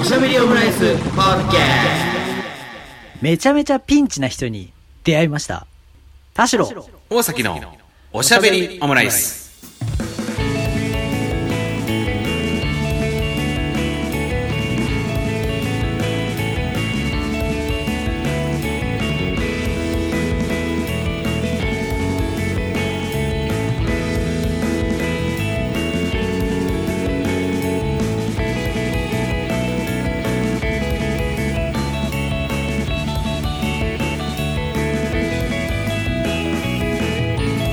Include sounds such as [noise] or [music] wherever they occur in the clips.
おしゃべりオムライスポッドキャめちゃめちゃピンチな人に出会いました。田代。大崎のおしゃべりオムライス。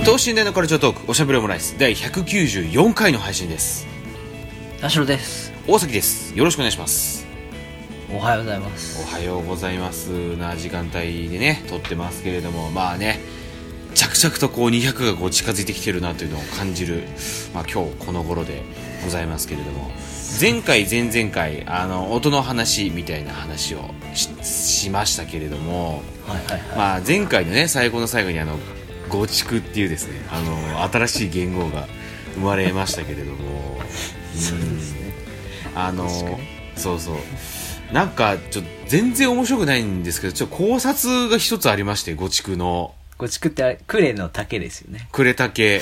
等身大のカルチャートークおしゃべりオムライス第194回の配信です。田代です。大崎です。よろしくお願いします。おはようございます。おはようございますな時間帯でね撮ってますけれどもまあね着々とこう200がこう近づいてきてるなというのを感じる、まあ、今日この頃でございますけれども前回前々回あの音の話みたいな話をししましたけれども、はいはいはい。まあ、前回のね最後の最後にあの「ゴチク」っていうですねあの新しい言語が生まれましたけれどもそうですねあのそうそうなんかちょっと全然面白くないんですけどちょっと考察が一つありまして「ゴチク」のごちくってあれ、クレの竹ですよね。 「くれたけ」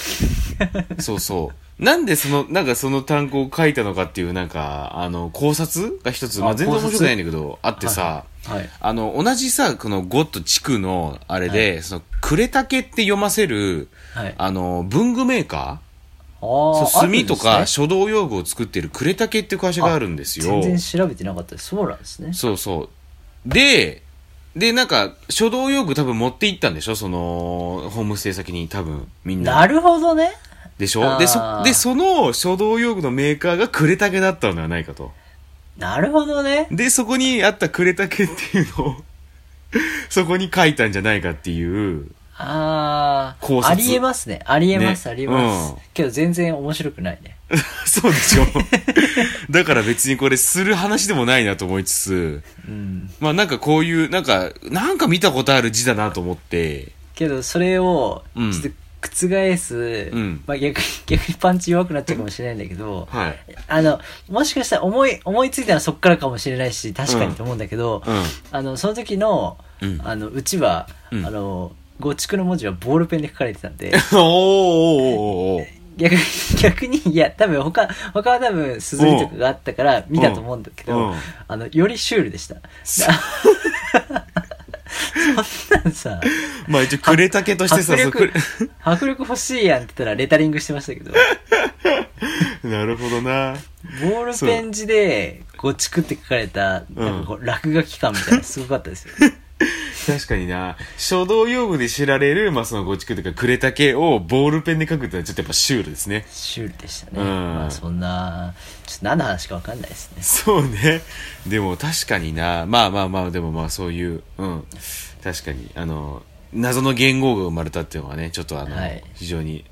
そうそうなんでそのなんかその単語を書いたのかっていうなんかあの考察が一つ、まあ、あ全然考面察白くないんだけどあってさ、はい。あの、同じさ、このゴと地区の、あれで、その、くれたけって読ませる、はい。あの、文具メーカあーーそう墨とあるんかですね書道用具を作ってるくれたけっていう会社があるんですよ。全然調べてなかったです。そうなんですね。そうそう。で、で、なんか、書道用具多分持って行ったんでしょその、ホームステイ先に多分、みんな。なるほどね。でしょで、あそ、ーで、その書道用具のメーカーがくれたけだったのではないかと。なるほどね。で、そこにあったくれたけっていうのを、そこに書いたんじゃないかっていう、あ考ー。察ありえますね。ありえます、ねありえます、うんけど全然面白くないね。 [laughs] そうでしょだから別にこれする話でもないなと思いつつ、うん。まあなんかこういう、なんか、なんか見たことある字だなと思って、けど、それを、ちうんょっと覆す、うんまあ逆に、逆にパンチ弱くなっちゃうかもしれないんだけど、はい。あの、もしかしたら思い、思いついたのはそっからかもしれないし、確かにと思うんだけど、 [laughs] あの、その時の、うん。うん。あの、うちは、うんあの、五畜の文字はボールペンで書かれてたんで、 [laughs] おーおーおーおーおー逆に、逆に、いや、多分他、他は多分、硯とかがあったから見たと思うんだけうんうどん、あの、よりシュールでした。そ [laughs] そんなんさ、まあ一応、くれたけとしてさ、迫そうく力、迫力欲しいやんって言ったらレタリングしてましたけど、れ [laughs] なるほどな。ボールペン字で、五畜って書かれた、なんかこう、落書き感みたいな、すごかったですよ。 [laughs] 確かにな。書道用具で知られる、まあそのごちくというか、くれたけをボールペンで書くってのはちょっとやっぱシュールですね。シュールでしたね。うんまあそんな、ちょっと何の話かわかんないですね。そうね。でも確かにな。まあまあまあ、でもまあそういう、うん。確かに、あの、謎の言語が生まれたっていうのはね、ちょっとあの、はい非常に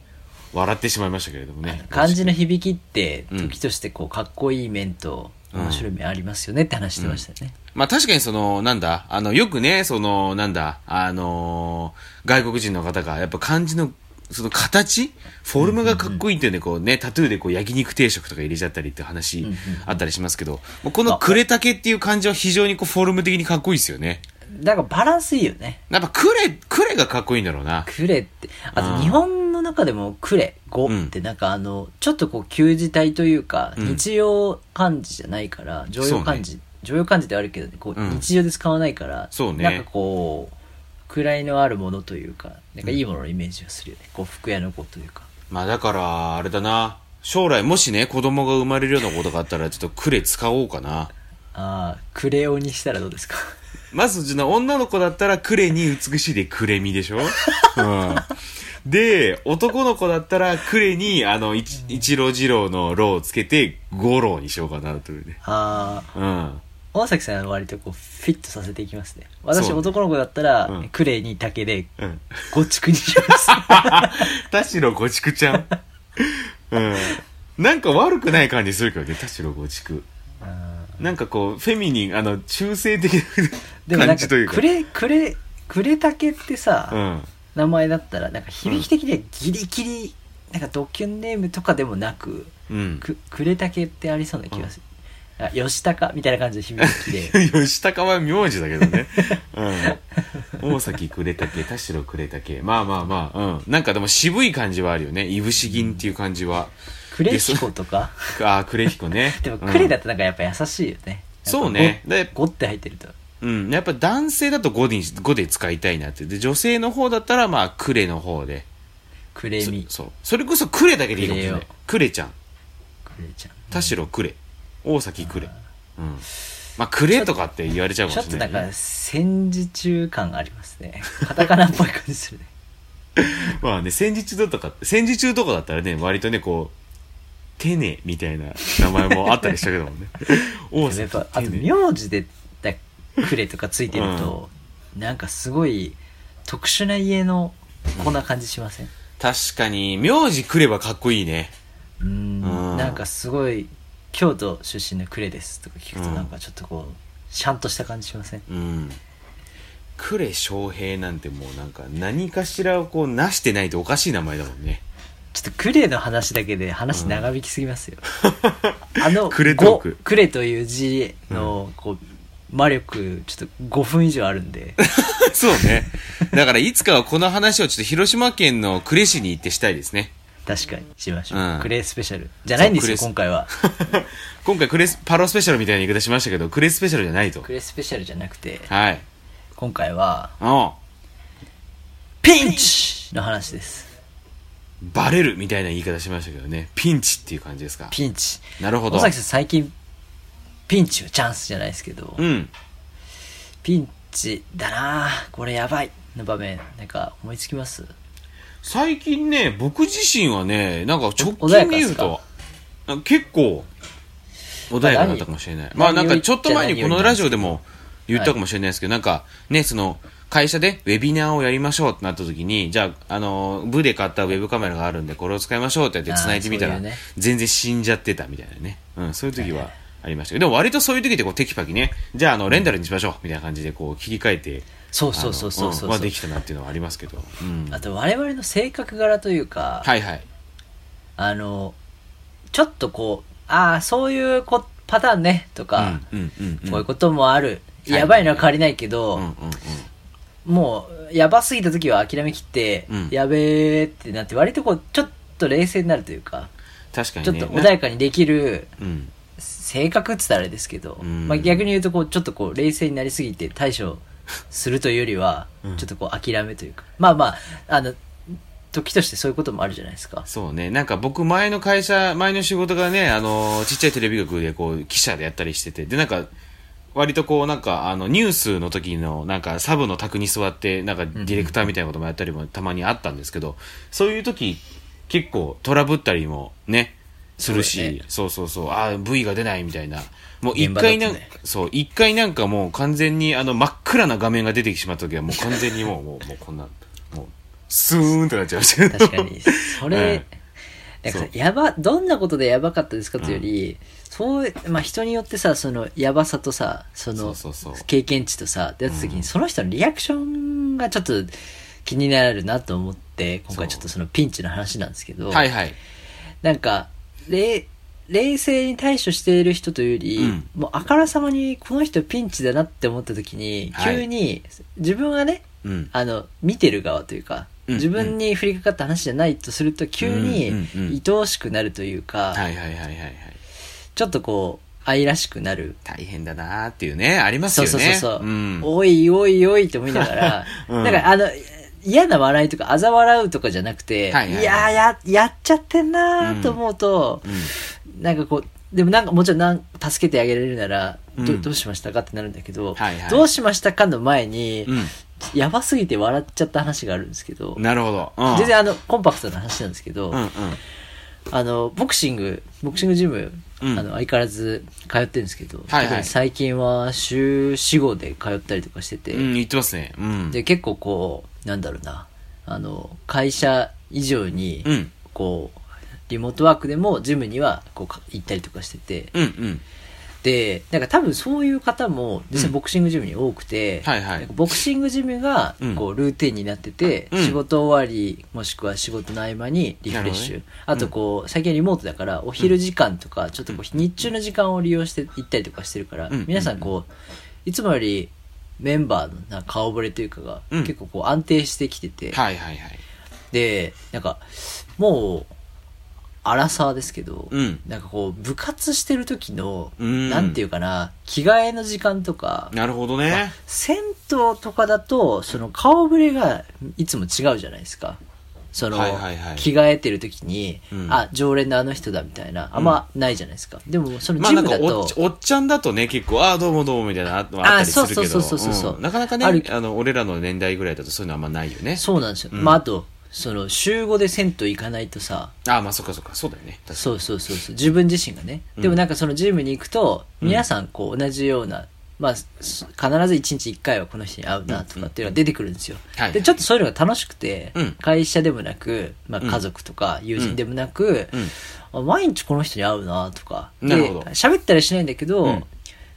笑ってしまいましたけれどもね。漢字の日響きって、うん時としてこう、かっこいい面と、うん面白い面ありますよねって話してましたよね。まあ確かにその、なんだ、あの、よくね、その、なんだ、あのー外国人の方が、やっぱ漢字の、その形フォルムがかっこいいっていうんで、こうね、タトゥーでこう焼肉定食とか入れちゃったりって話んうんあったりしますけど、もうこのくれたけっていう漢字は非常にこうフォルム的にかっこいいですよね。なんかバランスいいよね。やっぱクレ、クレがかっこいいんだろうな。クレって、あうんと日本の中でもクレ、語ってなんかあの、ちょっとこう、旧字体というか、うん日用漢字じゃないから、常用漢字、常用漢字ではあるけど、こう、うん日常で使わないから、そうねなんかこう、位のあるものというか、なんかいいもののイメージをするよね。こう、服屋の子というか。まあだから、あれだな。将来もしね、子供が生まれるようなことがあったら、ちょっとクレ使おうかな。ああ、クレオにしたらどうです [laughs] かまず、その女の子だったらクレに美しいでクレミでしょうん。で、男の子だったらクレに、あの、いち一郎二郎のロをつけて、五郎にしようかなというね。ああ、うん。大崎さんは割とこう、フィットさせていきますね。私、そうね男の子だったら、うんクレに竹で、うん。ごちくにし [laughs] ます。田代ごちくちゃん。うん。なんか悪くない感じするけどね、田代ごちく。うんなんかこう、フェミニン、あの、中性的でもなな [laughs] ん感か、じというか。クレ、クレ、クレ竹ってさ、うん。名前だったら、なんか響き的にはギリギリ、なんかドキュンネームとかでもなく、うん。く、クレ竹ってありそうな気がする。あ吉高みたいな感じで響き [laughs] で吉高は名字だけどね。 [laughs] うん。大崎くれたけ、田代くれたけ。まあまあまあ、うん。なんかでも渋い感じはあるよね。いぶし銀っていう感じは。クレヒコとか。ああ、くれひこね [laughs] でもクレだうっんてなんかやっぱ優しいよね、そうねやっぱでゴゴって入ってるとうん。やっぱ男性だと5で、5で使いたいなって。で、女性の方だったらまあ、くれの方で。クレそミそう。それこそくれだけでいいかもしれなくれいよ。くれちゃん。クレちゃん田代くれ。大崎くれ。うん。まあ、くれとかって言われちゃうかちょもっしとれななんいかね。戦時中感がありますねカタカナっぽい感じするねまあね、戦時中とか、戦時中とかだったらね、割とね、こう、テネみたいな名前もあったりしたけども [laughs] ね。でもや大っ崎ぱあテとネ。名字でだクレとかついてると、なんかすごい特殊な家のこんな感じしません確かに、名字くればかっこいいね。うーんうんなんかすごい京都出身のクレですとか聞くとうんなんかちょっとこうシャンとした感じしませんうん。くれ翔平なんてもうなんか何かしらをこうなしてないとおかしい名前だもん [laughs] ね。ちょっとクレの話だけで話長引きすぎます [laughs] よ、あのクレトークごクレという字のこう魔力ちょっと5分以上あるんで [laughs] そうね。だからいつかはこの話をちょっと広島県の呉市に行ってしたいですね。確かにしましょう、うんクレスペシャルじゃないんですよそう今回は [laughs] 今回クレス、パロスペシャルみたいな言い方しましたけど、クレスペシャルじゃないとク。レスペシャルじゃなくてはい。今回はうん。ピンチの話ですバレるみたいな言い方しましたけどね。ピンチっていう感じですか。ピンチなるほ尾ど。崎さん最近ピンチはチャンスじゃないですけど、うん。ピンチだなあこれやばいの場面なんか思いつきます最近ね、僕自身はね、なんか直お穏や近かでで言うすかと、なんか結構、穏やかだったかもしれない。まあ何なんかちょっと前に何こよりのラジオでも言ったかもしれないですけど、なんかね、その、会社でウェビナーをやりましょうってなった時に、じゃあ、あの、部で買ったウェブカメラがあるんで、これを使いましょうってやって繋いでみたあーらそういうね、全然死んじゃってたみたいなね。うん、そういう時はありましたけど、でも割とそういう時ってこうテキパキね、じゃああの、レンタルにしましょうみたいな感じでこう切り替えて、そうそうそうそうそうそあのんはうできたなっていうのはありますけど。うんあと我々の性格柄というか、はいはい。あのちょっとこうああそういうこパターンねとか、うんうんうんこういうこともある、いやばいのは変わりないけど、うんうんうん。もうやばすぎた時は諦めきって、うんやべえってなって割とこうちょっと冷静になるというか、確かにちょっね。と穏やかにできるうん。性格っつったらあれですけど、うんまあ、逆に言うとこうちょっとこう冷静になりすぎて対処するというよりは、ちょっとこう諦めというかまあまああの時としてそういうこともあるじゃないですかそうね。なんか僕前の会社、前の仕事がね、あの、ちっちゃいテレビ局でこう、記者でやったりしてて、でなんか、割とこうなんかあのニュースの時のなんかサブの卓に座ってなんかディレクターみたいなこともやったりもたまにあったんですけど、そういう時結構トラブったりもね、するし、そうそだう,、ねそうそうああ、V が出ないみたいな。もう一現場だと回ねなん、そう、一回なんかもう完全にあの真っ暗な画面が出てきてしまった時はもう完全にもう、もう、もうこんな、もう、スーンとなっちゃいましたけど確かにそれ、なんかさそうやばどんなことでやばかったですかというより、そうまあ、人によってさそのやばさとさそのそうそうそう経験値とさ出会った時に、その人のリアクションがちょっと気になるなと思って今回ちょっとそのピンチの話なんですけど、 [laughs] はいはい。なんか冷冷静に対処している人というより、うんもうあからさまにこの人ピンチだなって思った時にはい急に自分がねうん。あの見てる側というか、うん自分に降りかかった話じゃないとすると急にうんうんうん愛おしくなるというか、はいはいはいはいはい。ちょっとこう愛らしくなる、大変だなーっていうね、ありますそようね。そうそうそう、ん。おいおいおいって思いながら、 [laughs] うんなんかあの嫌な笑いとか嘲笑うとかじゃなくて、はいはいはいやーややっちゃってんなーと思うと、なんかこうでもなんかもちろんなん助けてあげられるならど,、うんどうしましたかってなるんだけど、はいはいどうしましたかの前に、うんやばすぎて笑っちゃった話があるんですけど、なるほど。うん、全然あのコンパクトな話なんですけど、うんうん。あのボクシングボクシングジム、うんあの相変わらず通ってるんですけど、はいはい特に最近は週45で通ったりとかしてて、うん、言ってますね。うん。で結構こうなんだろうなあの会社以上に、うん。こうリモートワークでもジムにはこうか行ったりとかしててうんうん。でなんか多分そういう方も実際ボクシングジムに多くて、はいはいなんかボクシングジムがうんこうルーティンになってて、うん仕事終わりもしくは仕事の合間にリフレッシュ、なるあとこう、最近はリモートだからお昼時間とかちょっとこう日中の時間を利用して行ったりとかしてるから、うん皆さんこういつもよりメンバーのなんか顔ぶれというかがうん結構こう安定してきてて、はいはいはい。でなんかもう荒沢ですけど、うんなんかこう部活してる時の、うんなんていうかな着替えの時間とか、なるほどね。銭湯とかだとその顔ぶれがいつも違うじゃないですかその、はいはいはい着替えてる時に、うんあ常連のあの人だみたいなあんまないじゃないですか、でもそのまあジなムんかだと、おっち、おっちゃんだとね、結構、ああ、どうもどうもみたいなのああったりするけど。そうそうそうそうそうんなかなかね、あるあの、俺らの年代ぐらいだとそういうのあんまないよね。そうなんですよ、うんまああとその週5で銭湯行かないとさああ、まあそっかそっか、そうだよね。確かそうそうそうそう自分自身がね、うんでもなんかそのジムに行くと皆さんこう同じようなまあす必ず1日1回はこの人に会うなとかっていうのが出てくるんですよ、はいはいでちょっとそういうのが楽しくて、うん会社でもなく、まあ、うん家族とか友人でもなく、うんあ毎日この人に会うなとかなるほどで喋ったりしないんだけど、うん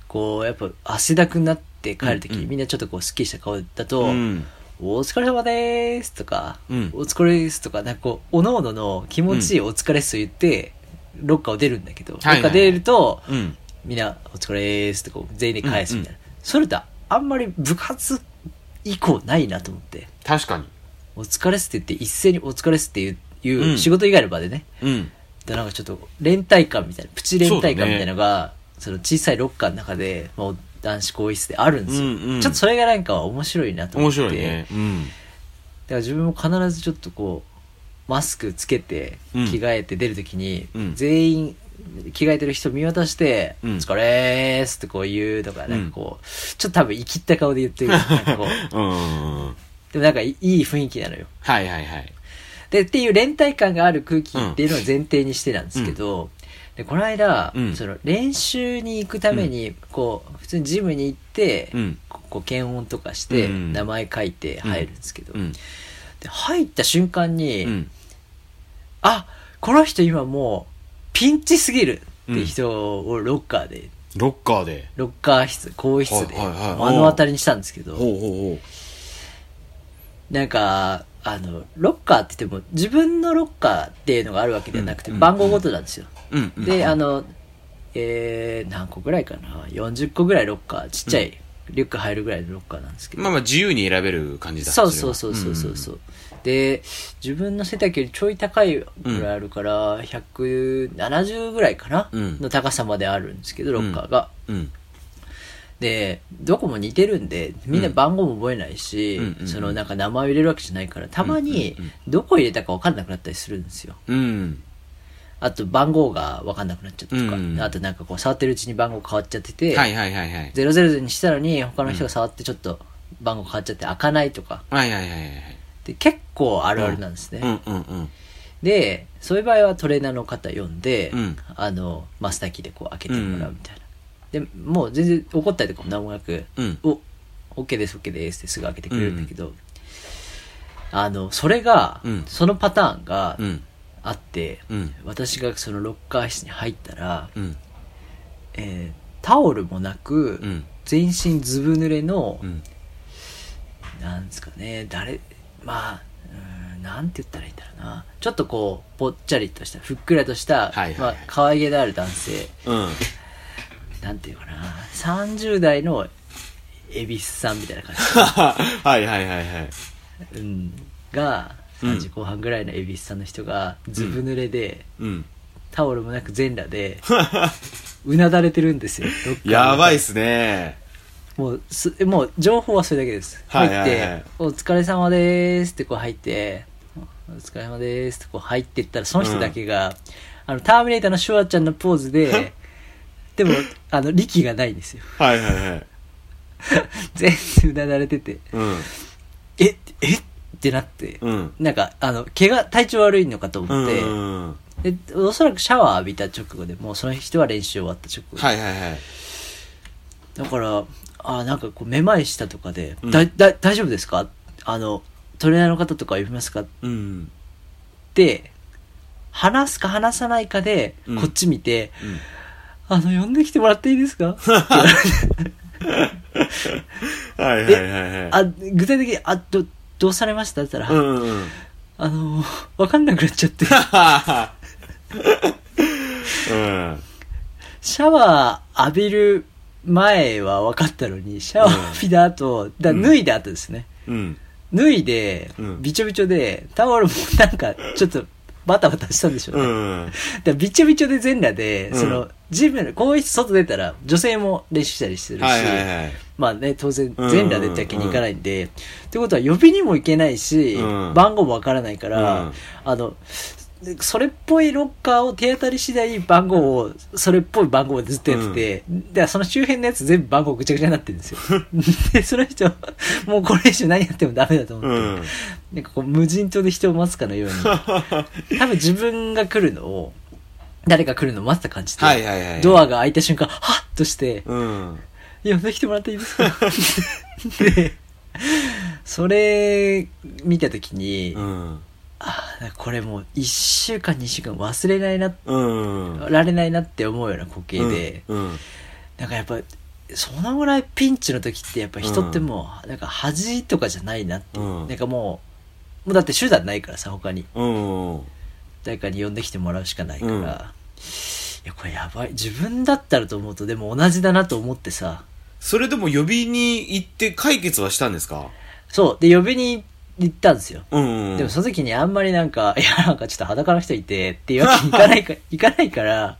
こうやっぱ汗だくになって帰る時、うんうんみんなちょっとこうすっきりした顔だと、うん。お疲れ様でーすとか、うんお疲れですとか、なんかこう、おのおのの気持ちいいお疲れっすと言って、ロッカーを出るんだけど、はいはいロッカー出ると、うん。みんな、お疲れーすってこう、全員で返すみたいな。それってあんまり部活以降ないなと思って、確かに。お疲れっすって言って、一斉にお疲れっすっていう、いううん仕事以外の場でね、うん。でなんかちょっと連帯感みたいな、プチ連帯感みたいなのが、その小さいロッカーの中で、もう男子更衣室であるんですよ。うんうんちょっとそれがなんか面白いなと思面って。白いね。うん。だから自分も必ずちょっとこうマスクつけて着うん替えて出るときに、うん全員着替えてる人見渡して「うんお疲れーす」ってこう言うとかなんかこう、ちょっと多分生きった顔で言って [laughs] るなんかこううんうんうん。でもなんかいい雰囲気なのよはいはいはい。でっていう連帯感がある空気っていうのを前提にしてなんですけど、でこの間、うんその練習に行くためにこう普通にジムに行って、うん。ここう検温とかしてうん名前書いて入るんですけど、うん。で入った瞬間に、うん。あこの人今もうピンチすぎるって人をロッカーで、ロッカーで。ロッカー室更衣室ではいはいはい目の当たりにしたんですけどほうほうほなんかあのロッカーって言っても自分のロッカーっていうのがあるわけではなくて、うん番号ごとなんですよ、う。うん。うんであ、のえー、何個ぐらいかな40個ぐらいロッカーちっちゃい、リュック入るぐらいのロッカーなんですけど、まあまあ自由に選べる感じだそうそうそうそうそうそう、で自分の背丈よりちょい高いぐらいあるから、170ぐらいかな、うんの高さまであるんですけどロッカーが、うん。うん。でどこも似てるんでみんな番号も覚えないし、うんうんそのなんか名前を入れるわけじゃないからたまにうんうんうんどこ入れたか分かんなくなったりするんですようん。あと番号が分かんなくなっちゃったとか、うんあとなんかこう触ってるうちに番号変わっちゃってて、はいはいはいはい。 000にしたのに他の人が触ってちょっと番号変わっちゃって開かないとかはいはいはいはい。で結構あるあるなんですね、うんうんうん。でそういう場合はトレーナーの方呼んで、うんあのマスターキーでこう開けてもらうみたいな、でもう全然怒ったりとかも何もなくうん「おオッ OK です OK です」ってすぐ開けてくれるんだけど、あのそれが、うんそのパターンがうん。あって、うん私がそのロッカー室に入ったら、うん。えータオルもなく、うん。全身ずぶ濡れの、うん。なんですかね誰まあうーんなんて言ったらいいんだろうなちょっとこうぽっちゃりとしたふっくらとした、はいはいはいまあ、可愛げのある男性うん。なんていうかな30代の恵比寿さんみたいな感はいはいはいはい。じ、うん、がうん30後半ぐらいの恵比寿さんの人がずぶ濡れで、うん。タオルもなく全裸 [laughs] でうなだれてるんですよロッカーの中やばいっすね。もうすもう情報はそれだけですは入いって、はいはいお疲れ様でーす」ってこう入って「お疲れ様でーす」ってこう入っていったらその人だけが、あのターミネーターのシュワちゃんのポーズ [laughs] ででもあの力がないんですよ [laughs] はいはいはい。全然うなだれててうん。 「ええってなって、うん。なんかあの怪我体調悪いのかと思って、うん。はでおそらくシャワー浴びた直後でもうその人は練習終わった直後いではいはい。だからあーなんかこうめまいしたとかで「うんだだ大丈夫ですか?」あのトレーナーの方とか呼びますかっうん。て話すか話さないかで、うんこっち見てうん。 「あの、呼んできてもらっていいです [laughs] かって言われてはいはいはいはい。あ、具体的に、あ、ど、どうされましたって言ったうら、んうんうん。あの、わかんなくなっちゃ [laughs] って、うん。シャワー浴びる前は分かったのに、シャワー浴びた後、だ脱いだ後ですね。うん。脱いでうん、びちょびちょで、タオルもなんか、ちょっと、バタバタしたんでしょうね。うん。 [laughs] だからびちょびちょで全裸で、うんその、ジムの、更衣室外出たら、女性も練習したりするし、はいはいはい。まあね、当然、うん全裸でってわけにいかないんで、ってことは呼びにも行けないし、うん番号もわからないから、うんあの、それっぽいロッカーを手当たり次第番号を、それっぽい番号をずっとやってて、で、その周辺のやつ全部番号ぐちゃぐちゃになってるんですよ。 [laughs] で、その人、もうこれ以上何やってもダメだと思って、うん。なんかこう無人島で人を待つかのように、多分自分が来るのを、誰か来るのを待ってた感じで、はいはいはい。ドアが開いた瞬間、はっとして、うん。呼んできてもらっていいです [laughs] かで、それ見たときに、うん。あーなんかこれもう1週間2週間忘れないな、うん。られないなって思うような光景で、うん。なんかやっぱ、そのぐらいピンチの時ってやっぱ人ってもう、なんか恥とかじゃないなっていう、うんなんかもう、もうだって手段ないからさ、他に。うん。誰かに呼んできてもらうしかないから、うんいやこれやばい自分だったらと思うとでも同じだなと思ってさそれでも呼びに行って解決はしたんですかそうで呼びに行ったんですよ、うん。でもその時にあんまりなんか [laughs] いやなんかちょっと裸の人いてっていうわけにいかないかいかないから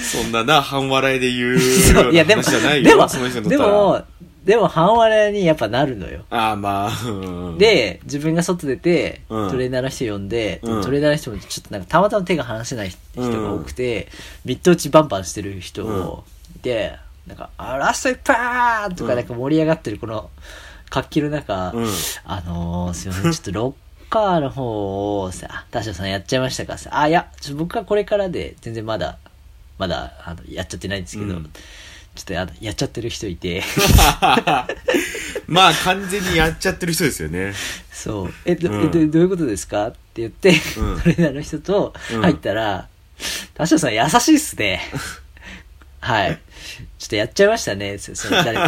そんなな、半笑いで言う。そういやでも話じゃないよでもその人にとでったら。もでも半笑いにやっぱなるのよああ、まあ。うん、で、自分が外出て、うんトレーナーの人呼んで、うんトレーナーの人もちょっとなんかたまたま手が離せない人が多くて、ミッド打ちバンバンしてる人を、で、なんか、あラストいっぱーとうかんなんか盛り上がってるこの活気の中、うんあのー、すいません、ちょっとロッカーの方をさ、田代さんやっちゃいましたかさ、あ、いや、ちょっと僕はこれからで、全然まだ、まだ、あの、やっちゃってないんですけど、うんちょっとあの、やっちゃってる人いて、まあ、完全にやっちゃってる人ですよね。そう。え、ど、うんえどどういうことですかって言って、うんトレーナーの人とうん入ったら、田代さん優しいっす [laughs] ね。はい。ちょっとやっちゃいましたね。そその [laughs] 誰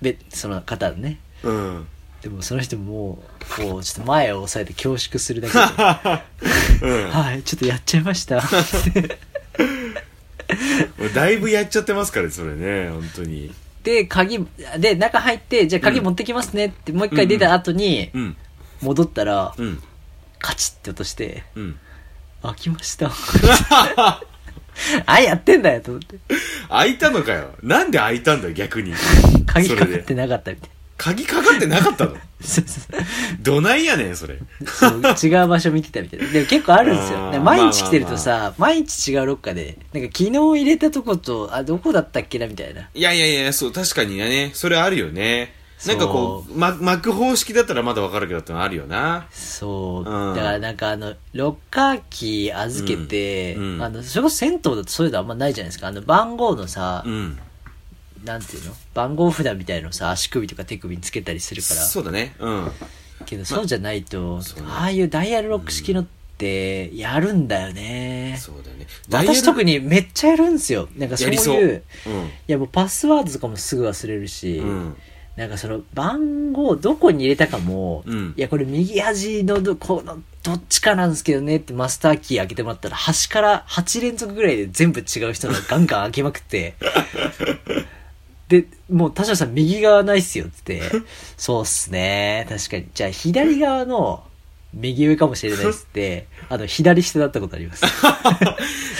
べその方のね。うん。でもその人ももう、こう、ちょっと前を押さえて恐縮するだけで、 [laughs] うんはい、ちょっとやっちゃいました。 [laughs] もうだいぶやっちゃってますからね、それね、本当に。で、鍵、で、中入って、じゃあ鍵持ってきますねって、もう一回出た後にう、ん。戻ったら、うん。カチッって落として、うん。開きました。 [laughs] あ、やってんだよと思って。開いたのかよ。なんで開いたんだよ、逆に。鍵かそかっれてで。なかったみたいな。鍵かかってなかった [laughs] のそうそうどないやねん、それ。そうそう違う場所見てたみたいな。でも結構あるんですあよ。ーで毎日来てるとさ、毎日違うロッカーで、なんか昨日入れたとこと、あ、どこだったっけなみたいな。いやいやいや、そう、確かにね、それあるよね。なんかこう、ま、巻く方式だったらまだわかるけどってのあるよな。そう。うんだからなんかあの、ロッカーキー預けて、うんうんあの、それこそ銭湯だとそういうのあんまないじゃないですか。あの、番号のさう、ん。なんていうの番号札みたいのさ、足首とか手首につけたりするから。そうだね。うん。けどそうじゃないと、そうねああいうダイヤルロック式のってやるんだよね、そうだね。私特ににめっちゃやるんですよなんかそうやりそう。いうういやもうパスワードとかもすぐ忘れるし、ん。うん。なんかその番号どこに入れたかも、うんいやこれ右端のどこのどっちかなんですけどねってマスターキー開けてもらったら端から8連続ぐらいで全部違う人がガンガン開けまくって [laughs] でもう田代さん右側ないっすよって言ってそうっすね確かにじゃあ左側の右上かもしれないっつってあの左下だったことあり [laughs] ます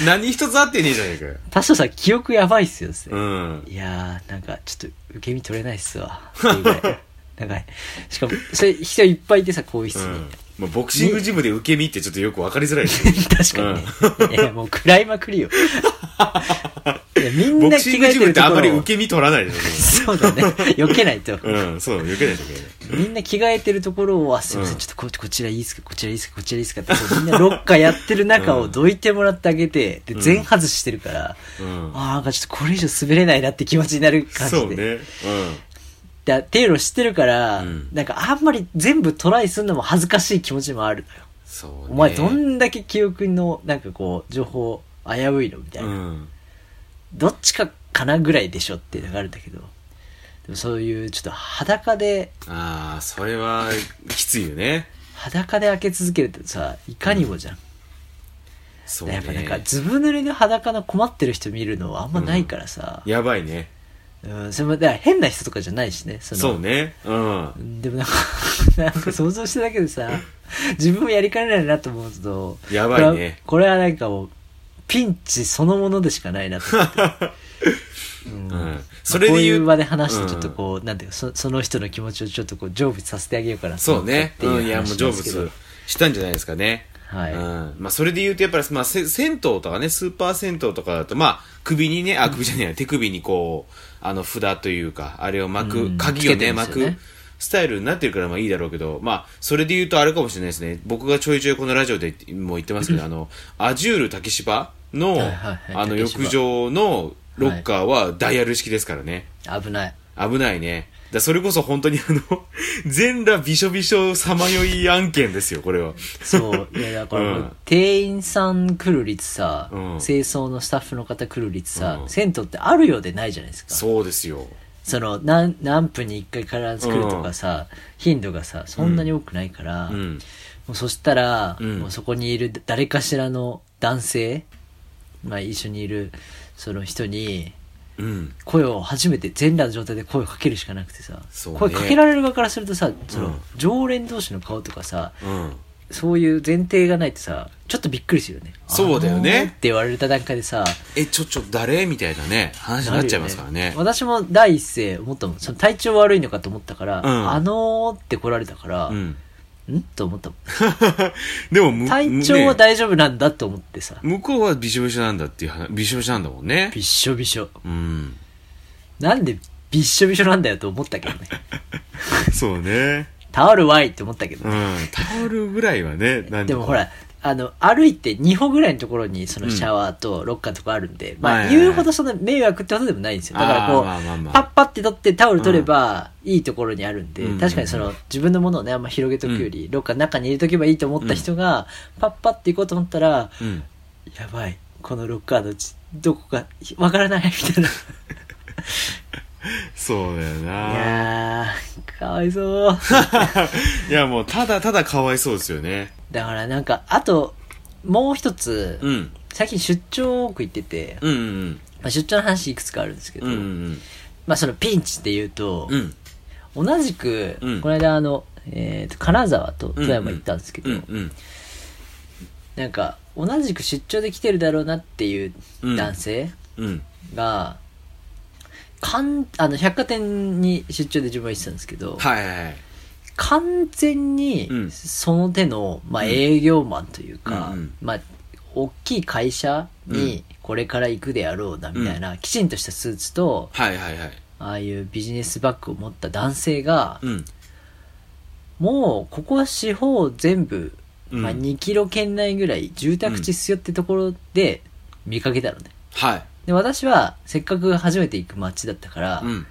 何一つ合ってねえじゃねえかよ。田代さん記憶やばいっすよっつって、うん。いやー、なんかちょっと受け身取れないっすわ。っていうぐらい [laughs] なんか、しかも、それ人いっぱいいてさ、更衣室うに。ん。まあ、ボクシングジムで受け身ってちょっとよくわかりづらいけ確かにね。いや、もう食らいまく [laughs] りよ。いや、みどんボなク着シ替ングえジてムっるてとあこんまりろを受け身取らないでし [laughs] そうだね。避けないと。ょ。うん、そう、避けないといけない。みんな着替えてるところを、あ、すいませ、うんんちょっとここちらいいっすか、こちらいいっすか、こちらいいっすかって、こうみんなロッカーやってる中をどいてもらってあげて、で、全外してるから、うん。あーなんかちょっとこれ以上滑れないなって気持ちになる感じで。そうね。だっていうの知ってるから、うんなんかあんまり全部トライするのも恥ずかしい気持ちもあるのよ。そうね。お前どんだけ記憶のなんかこう情報危ういのみたいうな。ん。どっちかかなぐらいでしょっていうのがあるんだけど、でもそういうちょっと裸で、ああそれはきついよね裸で開け続けるってさ、いかにもじゃん。そうねやっぱなんかずぶ濡れの裸の困ってる人見るのはあんまないからさ、やばいねうんそれもだから変な人とかじゃないしねそのそうねうんでもなんか [laughs] なんか想像しただけでさ自分もやりかねないなと思うとやばいねこれはこれはなんかもうピンチそのものでしかないなと思って、うんうんまあ [laughs] それでこう言いうう場で話してちょっとこう、なんていうかそその人の気持ちをちょっとこう成仏させてあげようかなとそう思ってっねていう話うなんんいやもう成ですけど仏したんじゃないですかねはいうんまあ、それで言うとやっぱり、まあ、せ銭湯とかねスーパー銭湯とかだと、まあ、首にねあ首じゃない、手首にこうあの札というかあれを巻く、うん鍵つをけてるねんです巻よねくスタイルになってるからまあいいだろうけど、まあ、それで言うとあれかもしれないですね僕がちょいちょいこのラジオでもう言ってます [laughs] けどあのアジュール竹芝はの,、いはいはいあの竹芝浴場のロッカーはダイヤル式ですからね。危ない危ないね。だそれこそ本当にあの、 [laughs] 全裸びしょびしょさまよい案件ですよ、これは。そういやだからもう、うん店員さん来る率さ、うん清掃のスタッフの方来る率さ、うん銭湯ってあるようでないじゃないですかそうですよ。その何何分に1回必ず来るとかさ、頻度がさそんなに多くないから、うもん。うそしたら、うんもうそこにいる誰かしらの男性、まあ、一緒にいるその人にうん。声を初めて全裸の状態で声をかけるしかなくてさ、そうね声かけられる側からするとさその、うん常連同士の顔とかさうん。そういう前提がないとさちょっとびっくりするよねそうだよねあのーって言われた段階でさえ、ちょ、ちょ、誰みたいなね、話になっちゃいますからね。私も第一声思ったもんその体調悪いのかと思ったから「うんあのー」って来られたから「うん。 [laughs] ん?」と思ったもんでも、む体調はね大丈夫なんだと思ってさ、向こうはびしょびしょなんだっていう話、びしょびしょなんだもんねび。っしょびしょうん。 [laughs] なんでびっしょびしょなんだよと思ったけどねそうね。タオルワイって思ったけどうね、ん。タオルぐらいはね、な [laughs] んでもほらあの歩いて2歩ぐらいのところにそのシャワーとロッカーとかあるんで、はいまあはいはい言うほどそんな迷惑ってことでもないんですよだからこう、あーまあまあまあパッパって取ってタオル取ればいいところにあるんで、うん確かにその自分のものをねあんま広げとくより、ロッカーの中に入れとけばいいと思った人が、パッパって行こうと思ったら、うん。やばいこのロッカーのうちどこかわからないみた [laughs] いないそうだよな。やーかわいそういや、もう、ただただかわいそうですよね。だからなんかあともう一つ、うん。最近出張多く行ってて、うんうんまあ、出張の話いくつかあるんですけど、うん。うんうんまあそのピンチっていうとうん。う、ん。同じく、うんこの間あの、えーと金沢と富山行ったんですけど、うんうん。なんか同じく出張で来てるだろうなっていう男性うん。が、かんあの百貨店に出張で自分は行ってたんですけど、はいはいはい。完全うにんその手の、まあ、うん営業マンというか、うんうんまあ、大きい会社にこれから行くであろうなみたいな、きちんとしたスーツとはいはいはい。ああいうビジネスバッグを持った男性が、うん。もうここは四方全部、うんまあ、2キロ圏内ぐらい住宅地っすよってところで見かけたのねはい。で私はせっかく初めて行く街だったから、うん。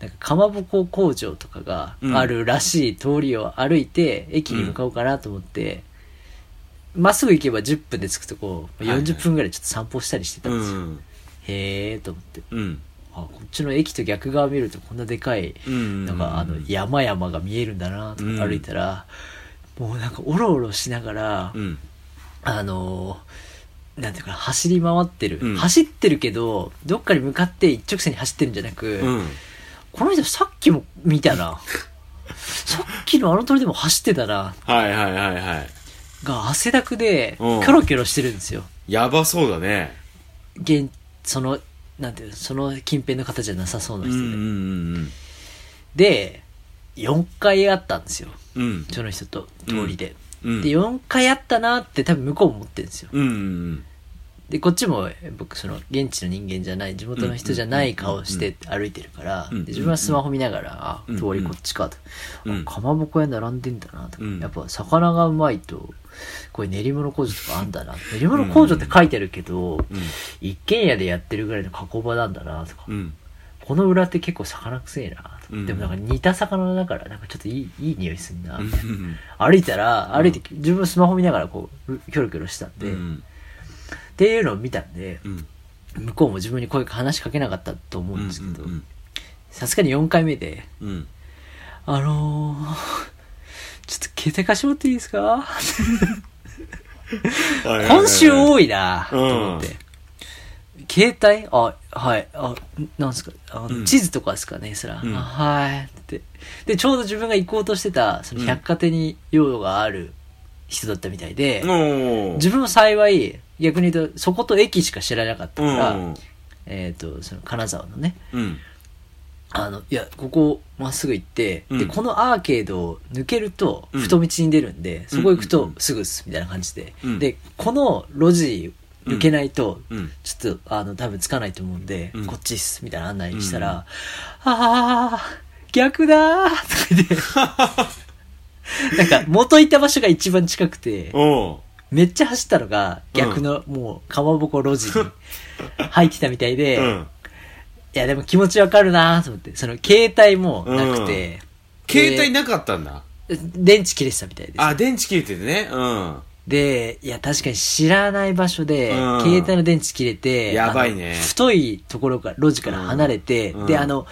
なんかかまぼこ工場とかがうんあるらしい通りを歩いて駅に向かおうかなと思ってま、っすぐ行けば10分で着くとこはいはい40分ぐらいちょっと散歩したりしてたうんですよ、ん。へえと思ってうん。あこっちの駅と逆側見るとこんなでかいうん。なんかあの山々が見えるんだなとうんか歩いたら、もうなんかおろおろしながら、うん。あのーなんていうかな走り回ってる、うん走ってるけどどっかに向かって一直線に走ってるんじゃなく、うん。この人さっきも見た [laughs] なさっきのあの鳥でも走ってたなはいはいはいはい。が汗だくでキうんョロキョロしてるんですよやばそうだね。現そのなんていうのその近辺の方じゃなさそうなうん人うで、んで4回会ったんですようん。うん。その人と通りで、うん。で4回会ったなって多分向こうも思ってるんですようんうんでこっちも僕その現地の人間じゃない地元の人じゃない顔して歩いてるから、うんで自分はスマホ見ながら、あうん通りこっちかと、うんあかまぼこ屋並んでんだなとか、うんやっぱ魚がうまいとこれ練り物工場とかあんだな練り物工場って書いてあるけど、うん。一軒家でやってるぐらいの加工場なんだなとか、うん。この裏って結構魚くせえなとか、うんでもなんか似た魚だからなんかちょっといいいい匂いすんな、うん。歩いたら歩いて、自分スマホ見ながらこうキョロキョロしてたんで、うっん。ていうのを見たんで、うん。向こうも自分に声話しかけなかったと思うんですけどうんさすがに4回目でうんうん「あのー、ちょっと携帯貸してもらっていいですか?」はいはいはいはい今週多いなと思って、う携帯あはいあなんですかあ、うん地図とかですかねそら、うんあはいってでちょうど自分が行こうとしてたその百貨店に用途がある人だったみたいで、おー自分は幸い逆に言うとそこと駅しか知らなかったから、うんえっ、とその金沢のねうんあのいやここまっすぐ行って、うんでこのアーケードを抜けるとうん太道に出るんで、そこ行くうんうとんうんすぐっすみたいな感じで、うんでこの路地抜けないと、うんちょっとあの多分つかないと思うんで、うんこっちっすみたいな案内したうんら「ああ逆だー」とか言って [laughs] なんか元いた場所が一番近くておーめっちゃ走ったのが逆の、もうかまぼこ路地に入ってたみたいで、うんいやでも気持ちわかるなーと思ってその携帯もなくて、携帯なかったんだ電池切れてたみたいですあ電池切れててねうんでいや確かに知らない場所で、うん携帯の電池切れてやばいねあの太いところから路地から離れて、うんうんであの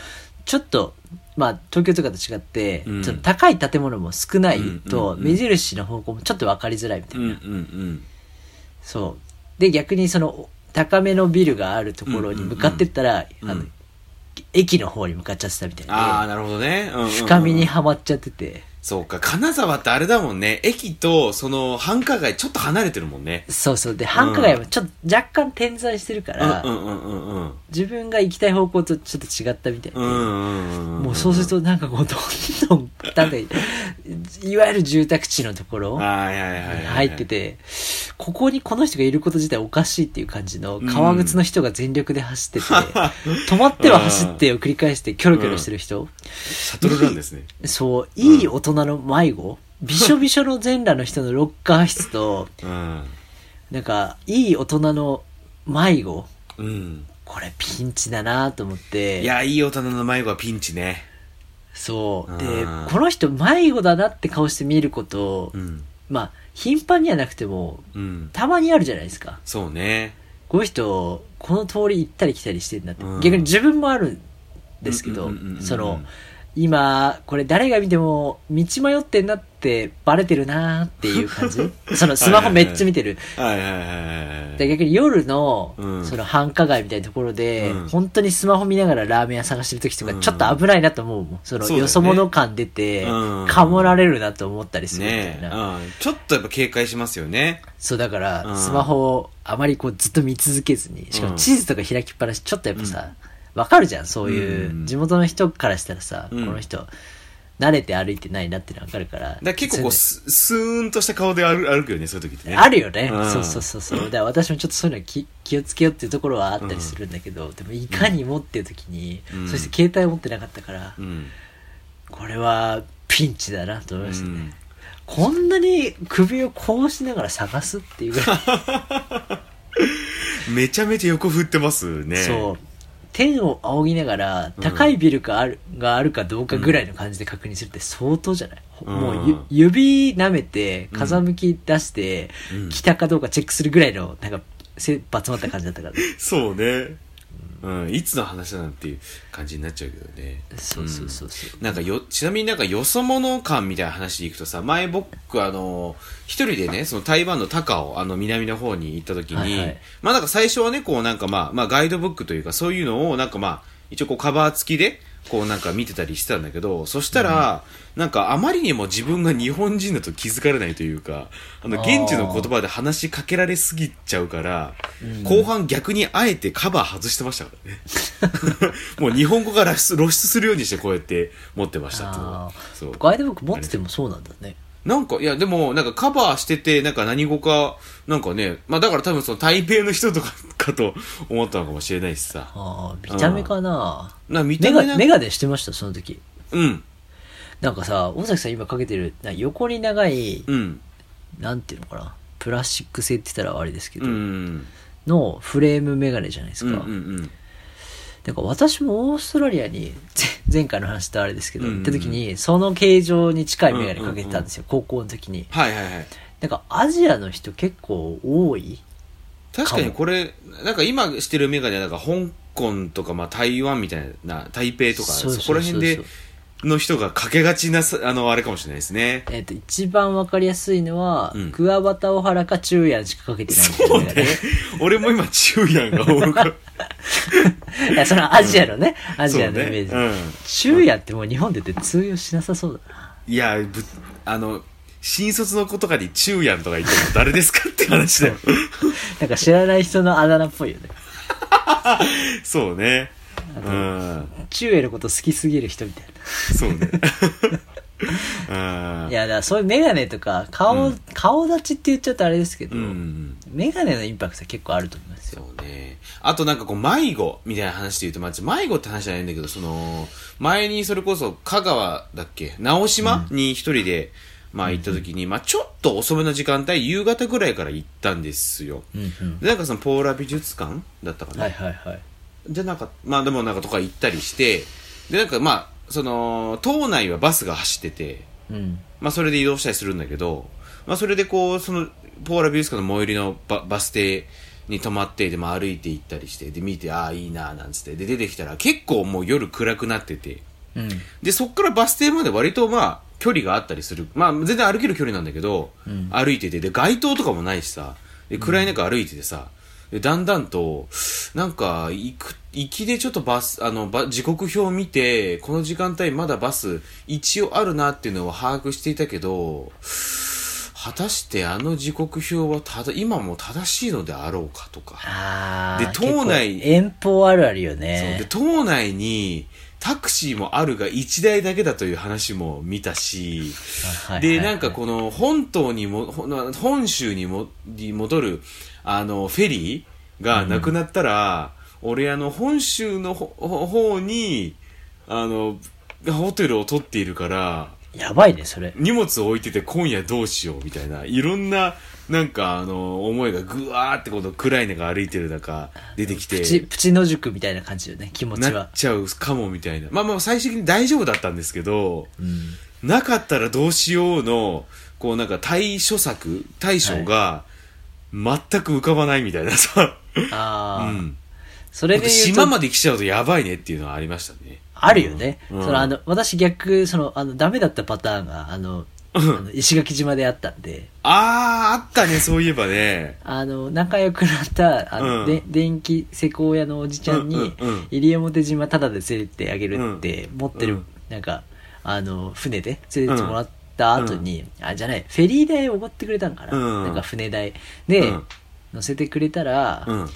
ちょっとまあ東京とかと違って、うんその高い建物も少ないと、うんうんうん目印の方向もちょっと分かりづらいみたういんな、うんそうで逆にその高めのビルがあるところに向かってったら、うんうんうんあのうん駅の方に向かっちゃってたみたいああでなるほどね、うんうんうん深みにはまっちゃっててそうか金沢ってあれだもんね駅とその繁華街ちょっと離れてるもんねそうそうで繁華街もちょっと若干点在してるかうら、んうんうんうんうん自分が行きたい方向とちょっと違ったみたいで、うんうんんもうそうするとなんかこうどんどんなん [laughs] かいわゆる住宅地のところにはいはいはいはい入っててここにこの人がいること自体おかしいっていう感じの革靴の人が全力で走ってて、止まっては走ってを繰り返してキョロキョロしてる人、シャトルランで [laughs] すねそういい大人の迷子びしょびしょの全裸の人のロッカー室とうんなんかいい大人の迷子うんこれピンチだなと思っていやいい大人の迷子はピンチねそう。でうん、この人迷子だなって顔して見ることう、んまあ、頻繁にはなくても、うんたまにあるじゃないですか。そうねこの人、この通り行ったり来たりしてんなって。うん逆に自分もあるんですけどうんうんうんうんう、んその、今、これ誰が見ても、道迷ってんなってバレてるなーっていう感 [laughs] じ。そのスマホめっちゃ見てる。はいはいはいはいはいで逆に夜の、うんその繁華街みたいなところで、うん本当にスマホ見ながらラーメン屋探してる時とか、うんちょっと危ないなと思うもん。その、そうだよねよそ者感出て、うんかもられるなと思ったりするみたねいえな。うんちょっとやっぱ警戒しますよねそう、だから、うんスマホをあまりこうずっと見続けずに、しかうもん地図とか開きっぱなし、ちょっとやっぱさ、わ、かるじゃん、そういう、うん地元の人からしたらさ、うんこの人、慣れて歩いてないなってのわかるから。だから結構こうそういうススーンとした顔で歩歩くよねそういう時ってねのあるよね、うんそうそうそうそう。だから私もちょっとそういうの気気をつけようっていうところはあったりするんだけど、でもいかにもっていう時に、うんそして携帯を持ってなかったから、うんこれはピンチだなと思いましたね。うんこんなに首をこうしながら探すっていうぐらい、めちゃめちゃ横振ってます [laughs] ねそう天を仰ぎながら高いビルがある,、があるかどうかぐらいの感じで確認するって相当じゃない、うんもうゆ指舐めて風向き出して、うん来たかどうかチェックするぐらいのなんか切羽詰まった感じだったからそうねうんいつの話だなんていう感じになっちゃうけどねそうそうそうそう、なんかよ、ちなみになんかよそ者感みたいな話でいくとさ、前僕あの、一人でね、その台湾の高尾、あの南の方に行った時に、はいはいまあなんか最初はね、こうなんかまあ、まあガイドブックというかそういうのをなんかまあ、一応こうカバー付きで、こうなんか見てたりしてたんだけど、そしたら、なんかあまりにも自分が日本人だと気づかれないというか、あのあー現地の言葉で話しかけられすぎちゃうから、うん後半逆にあえてカバー外してましたから [laughs] ね。もう日本語が露出露出するようにしてこうやって持ってましたっていうのあはーそうガイドブック持っててもそうなんだねなんかいやでもなんかカバーしててなんか何語かなんかねまあだから多分その台北の人とかかと思ったのかもしれないしさああ見た目かなな見メたガ目なんメガネしてましたその時うんなんかさ大崎さん今かけてるな横に長いうんなんていうのかなプラスチック製って言ったらあれですけど、うんうんのフレームメガネじゃないですうんうか、んなんか私もオーストラリアに [laughs] ぜ前回の話とあれですけど、うんうんうん行った時にその形状に近いメガネかけてたんですよ、高校の時にはいはいはいなんかアジアの人結構多い確かにこれ、なんか今してるメガネはなんか香港とか、まあ台湾みたいな、台北とか、そうそうそうそうそこら辺で、の人がかけがちなさ、あの、あれかもしれないですね。えっと一番わかりやすいのは、うんクワバタオハラかチュウヤンしかかけてないんですそうよね。 [laughs] 俺も今、チュウヤンが多かっいやそれはアジアのね、 [laughs] アた。ジアのそうイメージ、ね。チュウヤンってもう日本でって通用しなさそうだなうん。いや、ぶあの、新卒の子とかにチュウヤンとか言っても誰ですかって話だよ。なんか知らない人のあだ名っぽいよねそうね。うん。チュウヤンのこと好きすぎる人みたいそう [laughs] ね。うんないやだからそういうメガネとか顔、うん顔立ちって言っちゃうとあれですけど、うん。メガネのインパクトは結構あると思いますよそうね。あとなんかこう、迷子みたいな話で言うと、まあ、ちょ迷子って話じゃないんだけど、その、前にそれこそ香川だっけ、直島に一人で、まあ行った時に、まあちょっと遅めの時間帯、夕方ぐらいから行ったんですよ。うんうんでなんかそのポーラ美術館だったかな、はいはいはいじゃなんかまあでもなんかとか行ったりしてでなんかまあその島内はバスが走っててうんまあそれで移動したりするんだけどまあそれでこうそのポーラ美術館の最寄りのババス停に泊まってでまあ歩いて行ったりしてで見てああいいななんつってで出てきたら結構もう夜暗くなっててうんでそっからバス停まで割とまあ距離があったりするまあ全然歩ける距離なんだけど、ん歩いててで街灯とかもないしさで暗い中歩いててさでだんだんとなんか行く行きでちょっとバスあのば時刻表を見てこの時間帯まだバス一応あるなっていうのを把握していたけど果たしてあの時刻表はただ今も正しいのであろうかとかあであ島内遠方あるあるよそうでね島内にタクシーもあるが1台だけだという話も見たし、はいはいではいなんかこの本島にもほな本州にもに戻るあのフェリーがなくなったら、俺あの本州のほほ方にあのホテルを取っているからやばいねそれ荷物を置いてて今夜どうしようみたいないろんななんかあの思いがぐわーってこの暗い中歩いてる中出てきてプチプチ野宿みたいな感じよね気持ちなっはちゃうかもみたいな。まあまあ最終的に大丈夫だったんですけど、うんなかったらどうしようの、こうなんか対処策、対処が全く浮かばないみたいな [laughs] さ。うああ、ん。それで言うと島まで来ちゃうとやばいねっていうのはありましたね。あるよね、うんそのあの私逆そのあのダメだったパターンがあのあの石垣島であったんであー、あったね、そういえばね。あの仲良くなったあの、うんで電気施工屋のおじちゃんに、うんうんうん西表島タダで連れてあげるって、持ってる、うんなんかあの船で連れてってもらった後に、あじゃないフェリー代おごってくれたんかな、うんなんか船代で、うん乗せてくれたら、うん。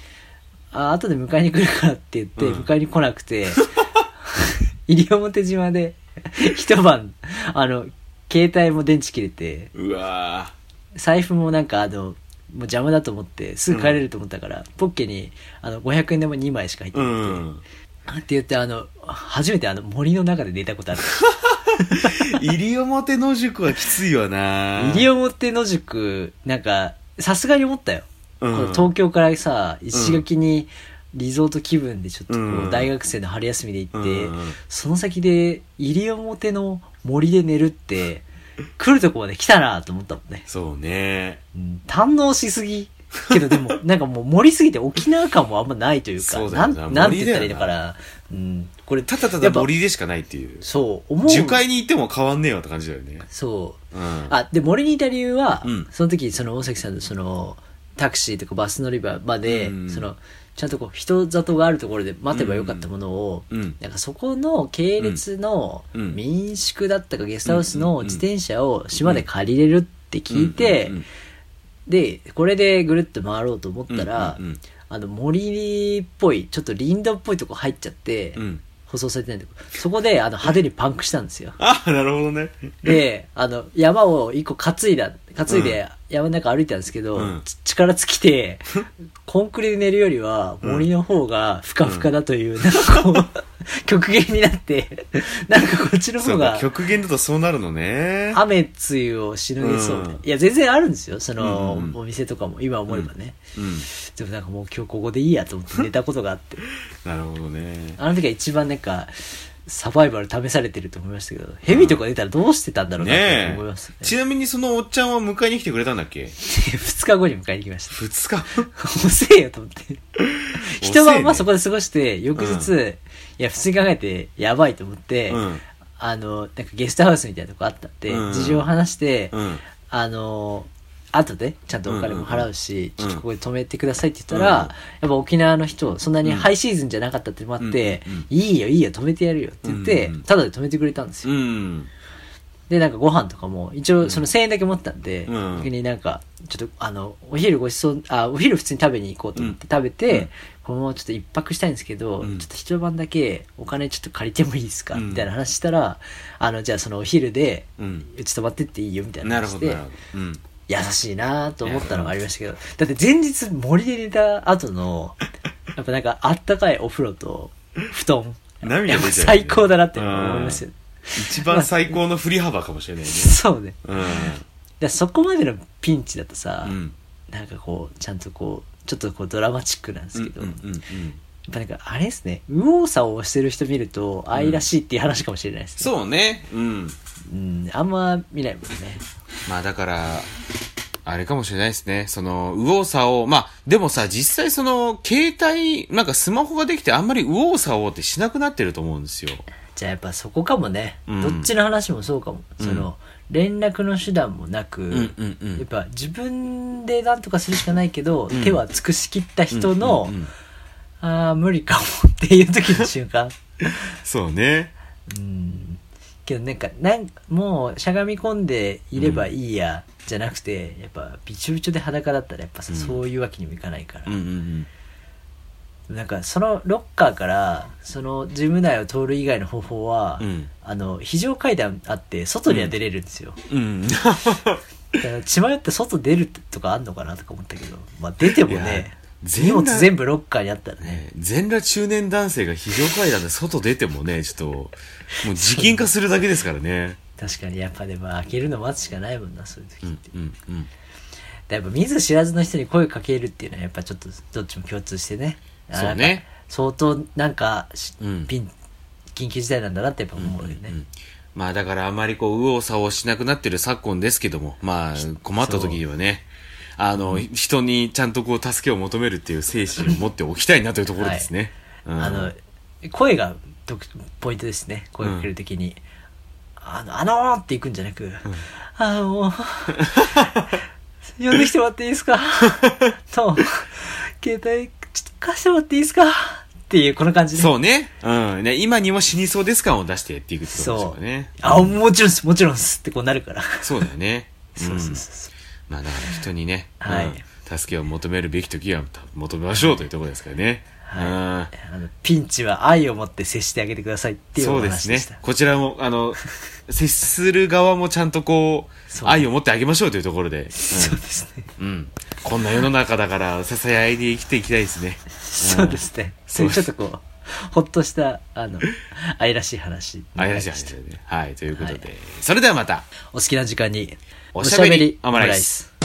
あ後で迎えに来るからって言って、うん迎えに来なく [laughs] て [laughs] 西表島で一晩あの携帯も電池切れてうわ財布もなんかあのもう邪魔だと思ってすぐ帰れると思ったから、ポッケにあの500円でも2枚しか入ってー。なうくて、ん。って言ってあの初めてあの森の中で寝たことある西表野宿はきついわな西表野宿なんかさすがに思ったよ、うんこの東京からさ石垣にリゾート気分でちょっとこう、うん大学生の春休みで行って、うんその先で西表の森で寝るって来るとこまで来たなと思ったもんね、そうね。うん堪能しすぎけどで [laughs] もなんかもう森すぎて沖縄感もあんまないというかそうだなよんななんて言ったらいいのか森だよな、うん、これただたやだっぱ森でしかないっていう。そう思う樹海に行っても変わんねえわって感じだよね。そううん。あで森にいた理由は、うんその時その大崎さんのそのタクシーとかバス乗り場まで、うんそのちゃんとこう人里があるところで待てばよかったものを、うん。なんかそこの系列のうん民宿だったかゲストハウスのうん自転車を島で借りれるって聞いて、うんうんうんでこれでぐるっと回ろうと思ったら、うんうんあの森っぽいちょっと林道っぽいとこ入っちゃって、うんうん舗装されてないとこそこであの派手にパンクしたんですよ。あなるほどねで、あの、山を一個担いだ、担いで山の中歩いたんですけど、うんち力尽きて、 [laughs] コンクリで寝るよりは森の方がふかふかだという、なんかこう、極限になって、なんかこっちのそ方うかが極限だとそうなるのね雨露をしのげそうみたいな、うんいや、全然あるんですよ、その、うんうんお店とかも、今思えばね。うんでもなんか [laughs] もう今日ここでいいやと思って寝たことがあって、なるほどねあの時は一番なんか、サバイバル試されてると思いましたけど、ヘビとか出たらどうしてたんだろうなってね思いますね。え。ちなみにそのおっちゃんは迎えに来てくれたんだっけ2日後に迎えに来ました。二日遅えよと思って。一晩はそこ。こで過ごして、翌日、ういや、普通に考えてやばいと思って、 [laughs] うんあの、なんかゲストハウスみたいなとこあったんで、うん事情を話して、うん。あの、後でちゃんとお金も払うし、うんうちょっんとここで止めてくださいって言ったら、うやんっぱ沖縄の人、そんなにハイシーズンじゃなかったってのもあって、うんうんうんいいよいいよ止めてやるよって言って、うんうんただで止めてくれたんですよ。うん。で、なんかご飯とかも、一応その1000円だけ持ってたんで、うん逆になんか、ちょっとあの、お昼ごちそう、あ、お昼普通に食べに行こうと思って食べて、うんこのままちょっと一泊したいんですけど、うんちょっと一晩だけお金ちょっと借りてもいいですか、うんみたいな話したら、あの、じゃあそのお昼で、うん。うち泊まってっていいよみたいななるほ話ど、でなるほど。うん。優しいなぁと思ったのがありましたけどだって前日森で寝た後のやっぱなんかあったかいお風呂と布団涙やっ出ちゃぱう、最高だなって思いますよ、うん一番最高の振り幅かもしれないね。そうねうん。でそこまでのピンチだとさ、うん。なんかこうちゃんとこうちょっとこうドラマチックなんですけど、うんやっうんうんぱなんかあれですね右往左往してる人見ると愛らしいっていう話かもしれないですね、そうね。うん。うん、あんま見ないもんねまあだから、あれかもしれないですね。その、右往左往。まあ、でもさ、実際その、携帯、なんかスマホができてあんまり右往左往ってしなくなってると思うんですよ。じゃあやっぱそこかもね、うんどっちの話もそうかも、その連絡の手段もなく、んうんうんやっぱ自分で何とかするしかないけど、手は尽くしきった人の、うんうんうんああ無理かもっていう時の瞬間そうね。うんけどなんかなんもうしゃがみ込んでいればいいや、じゃなくてやっぱびちょびちょで裸だったらやっぱさ、うんそういうわけにもいかないから、うんうんうん。なんかそのロッカーからその事務内を通る以外の方法は、うんあの非常階段あって外には出れるんですよ、うん。だから血迷って外出るとかあんのかなとか思ったけど、まあ、出てもいやね全荷裸物全部ロッカーにあったらねね全裸中年男性が非常階段で外出てもね、ちょっと、もう事件化するだけですからね。確かにやっぱでも開けるの待つしかないもんなそういう時って、うんうんうん。やっぱ見ず知らずの人に声をかけるっていうのはやっぱちょっとどっちも共通してねあそうねなんか相当なんか、しうんピン緊急事態なんだなってやっぱ思うよね、まあだからあまりこう、右往左往しなくなってる昨今ですけども、まあ困った時にはね、あの、人にちゃんとこう、助けを求めるっていう精神を持っておきたいなというところですね。うんあの声がとポイントですね声をかけるときに、あの「あのー」っていくんじゃなく「あのも [laughs] う呼んできてもらっていいですか? 」と「携帯ちょっと貸してもらっていいですか?」っていうこの感じでそうね。うん。ね、今にも死にそうです感を出してやっていくってことですよね。あもちろんっすもちろんっす」ってこうなるからそうだよね。 [laughs] そうそうそううんそうまあだから人にね、はいうん助けを求めるべき時は求めましょうというところですからね。うんあのピンチは愛を持って接してあげてくださいっていうそおうで話すでねした。こちらも、[laughs] あの、接する側もちゃんとこそうう、愛を持ってあげましょうというところで、そうですねうん。うんこんな世の中だから、支え合いで生きていきたいですね。そうですね。そそうれでちょすっとこう、ほっとした、あの、愛らしい話にな愛りらましいた。話だよね。はい、ということで、はそれではまた。お好きな時間に、おしゃべりオムライス。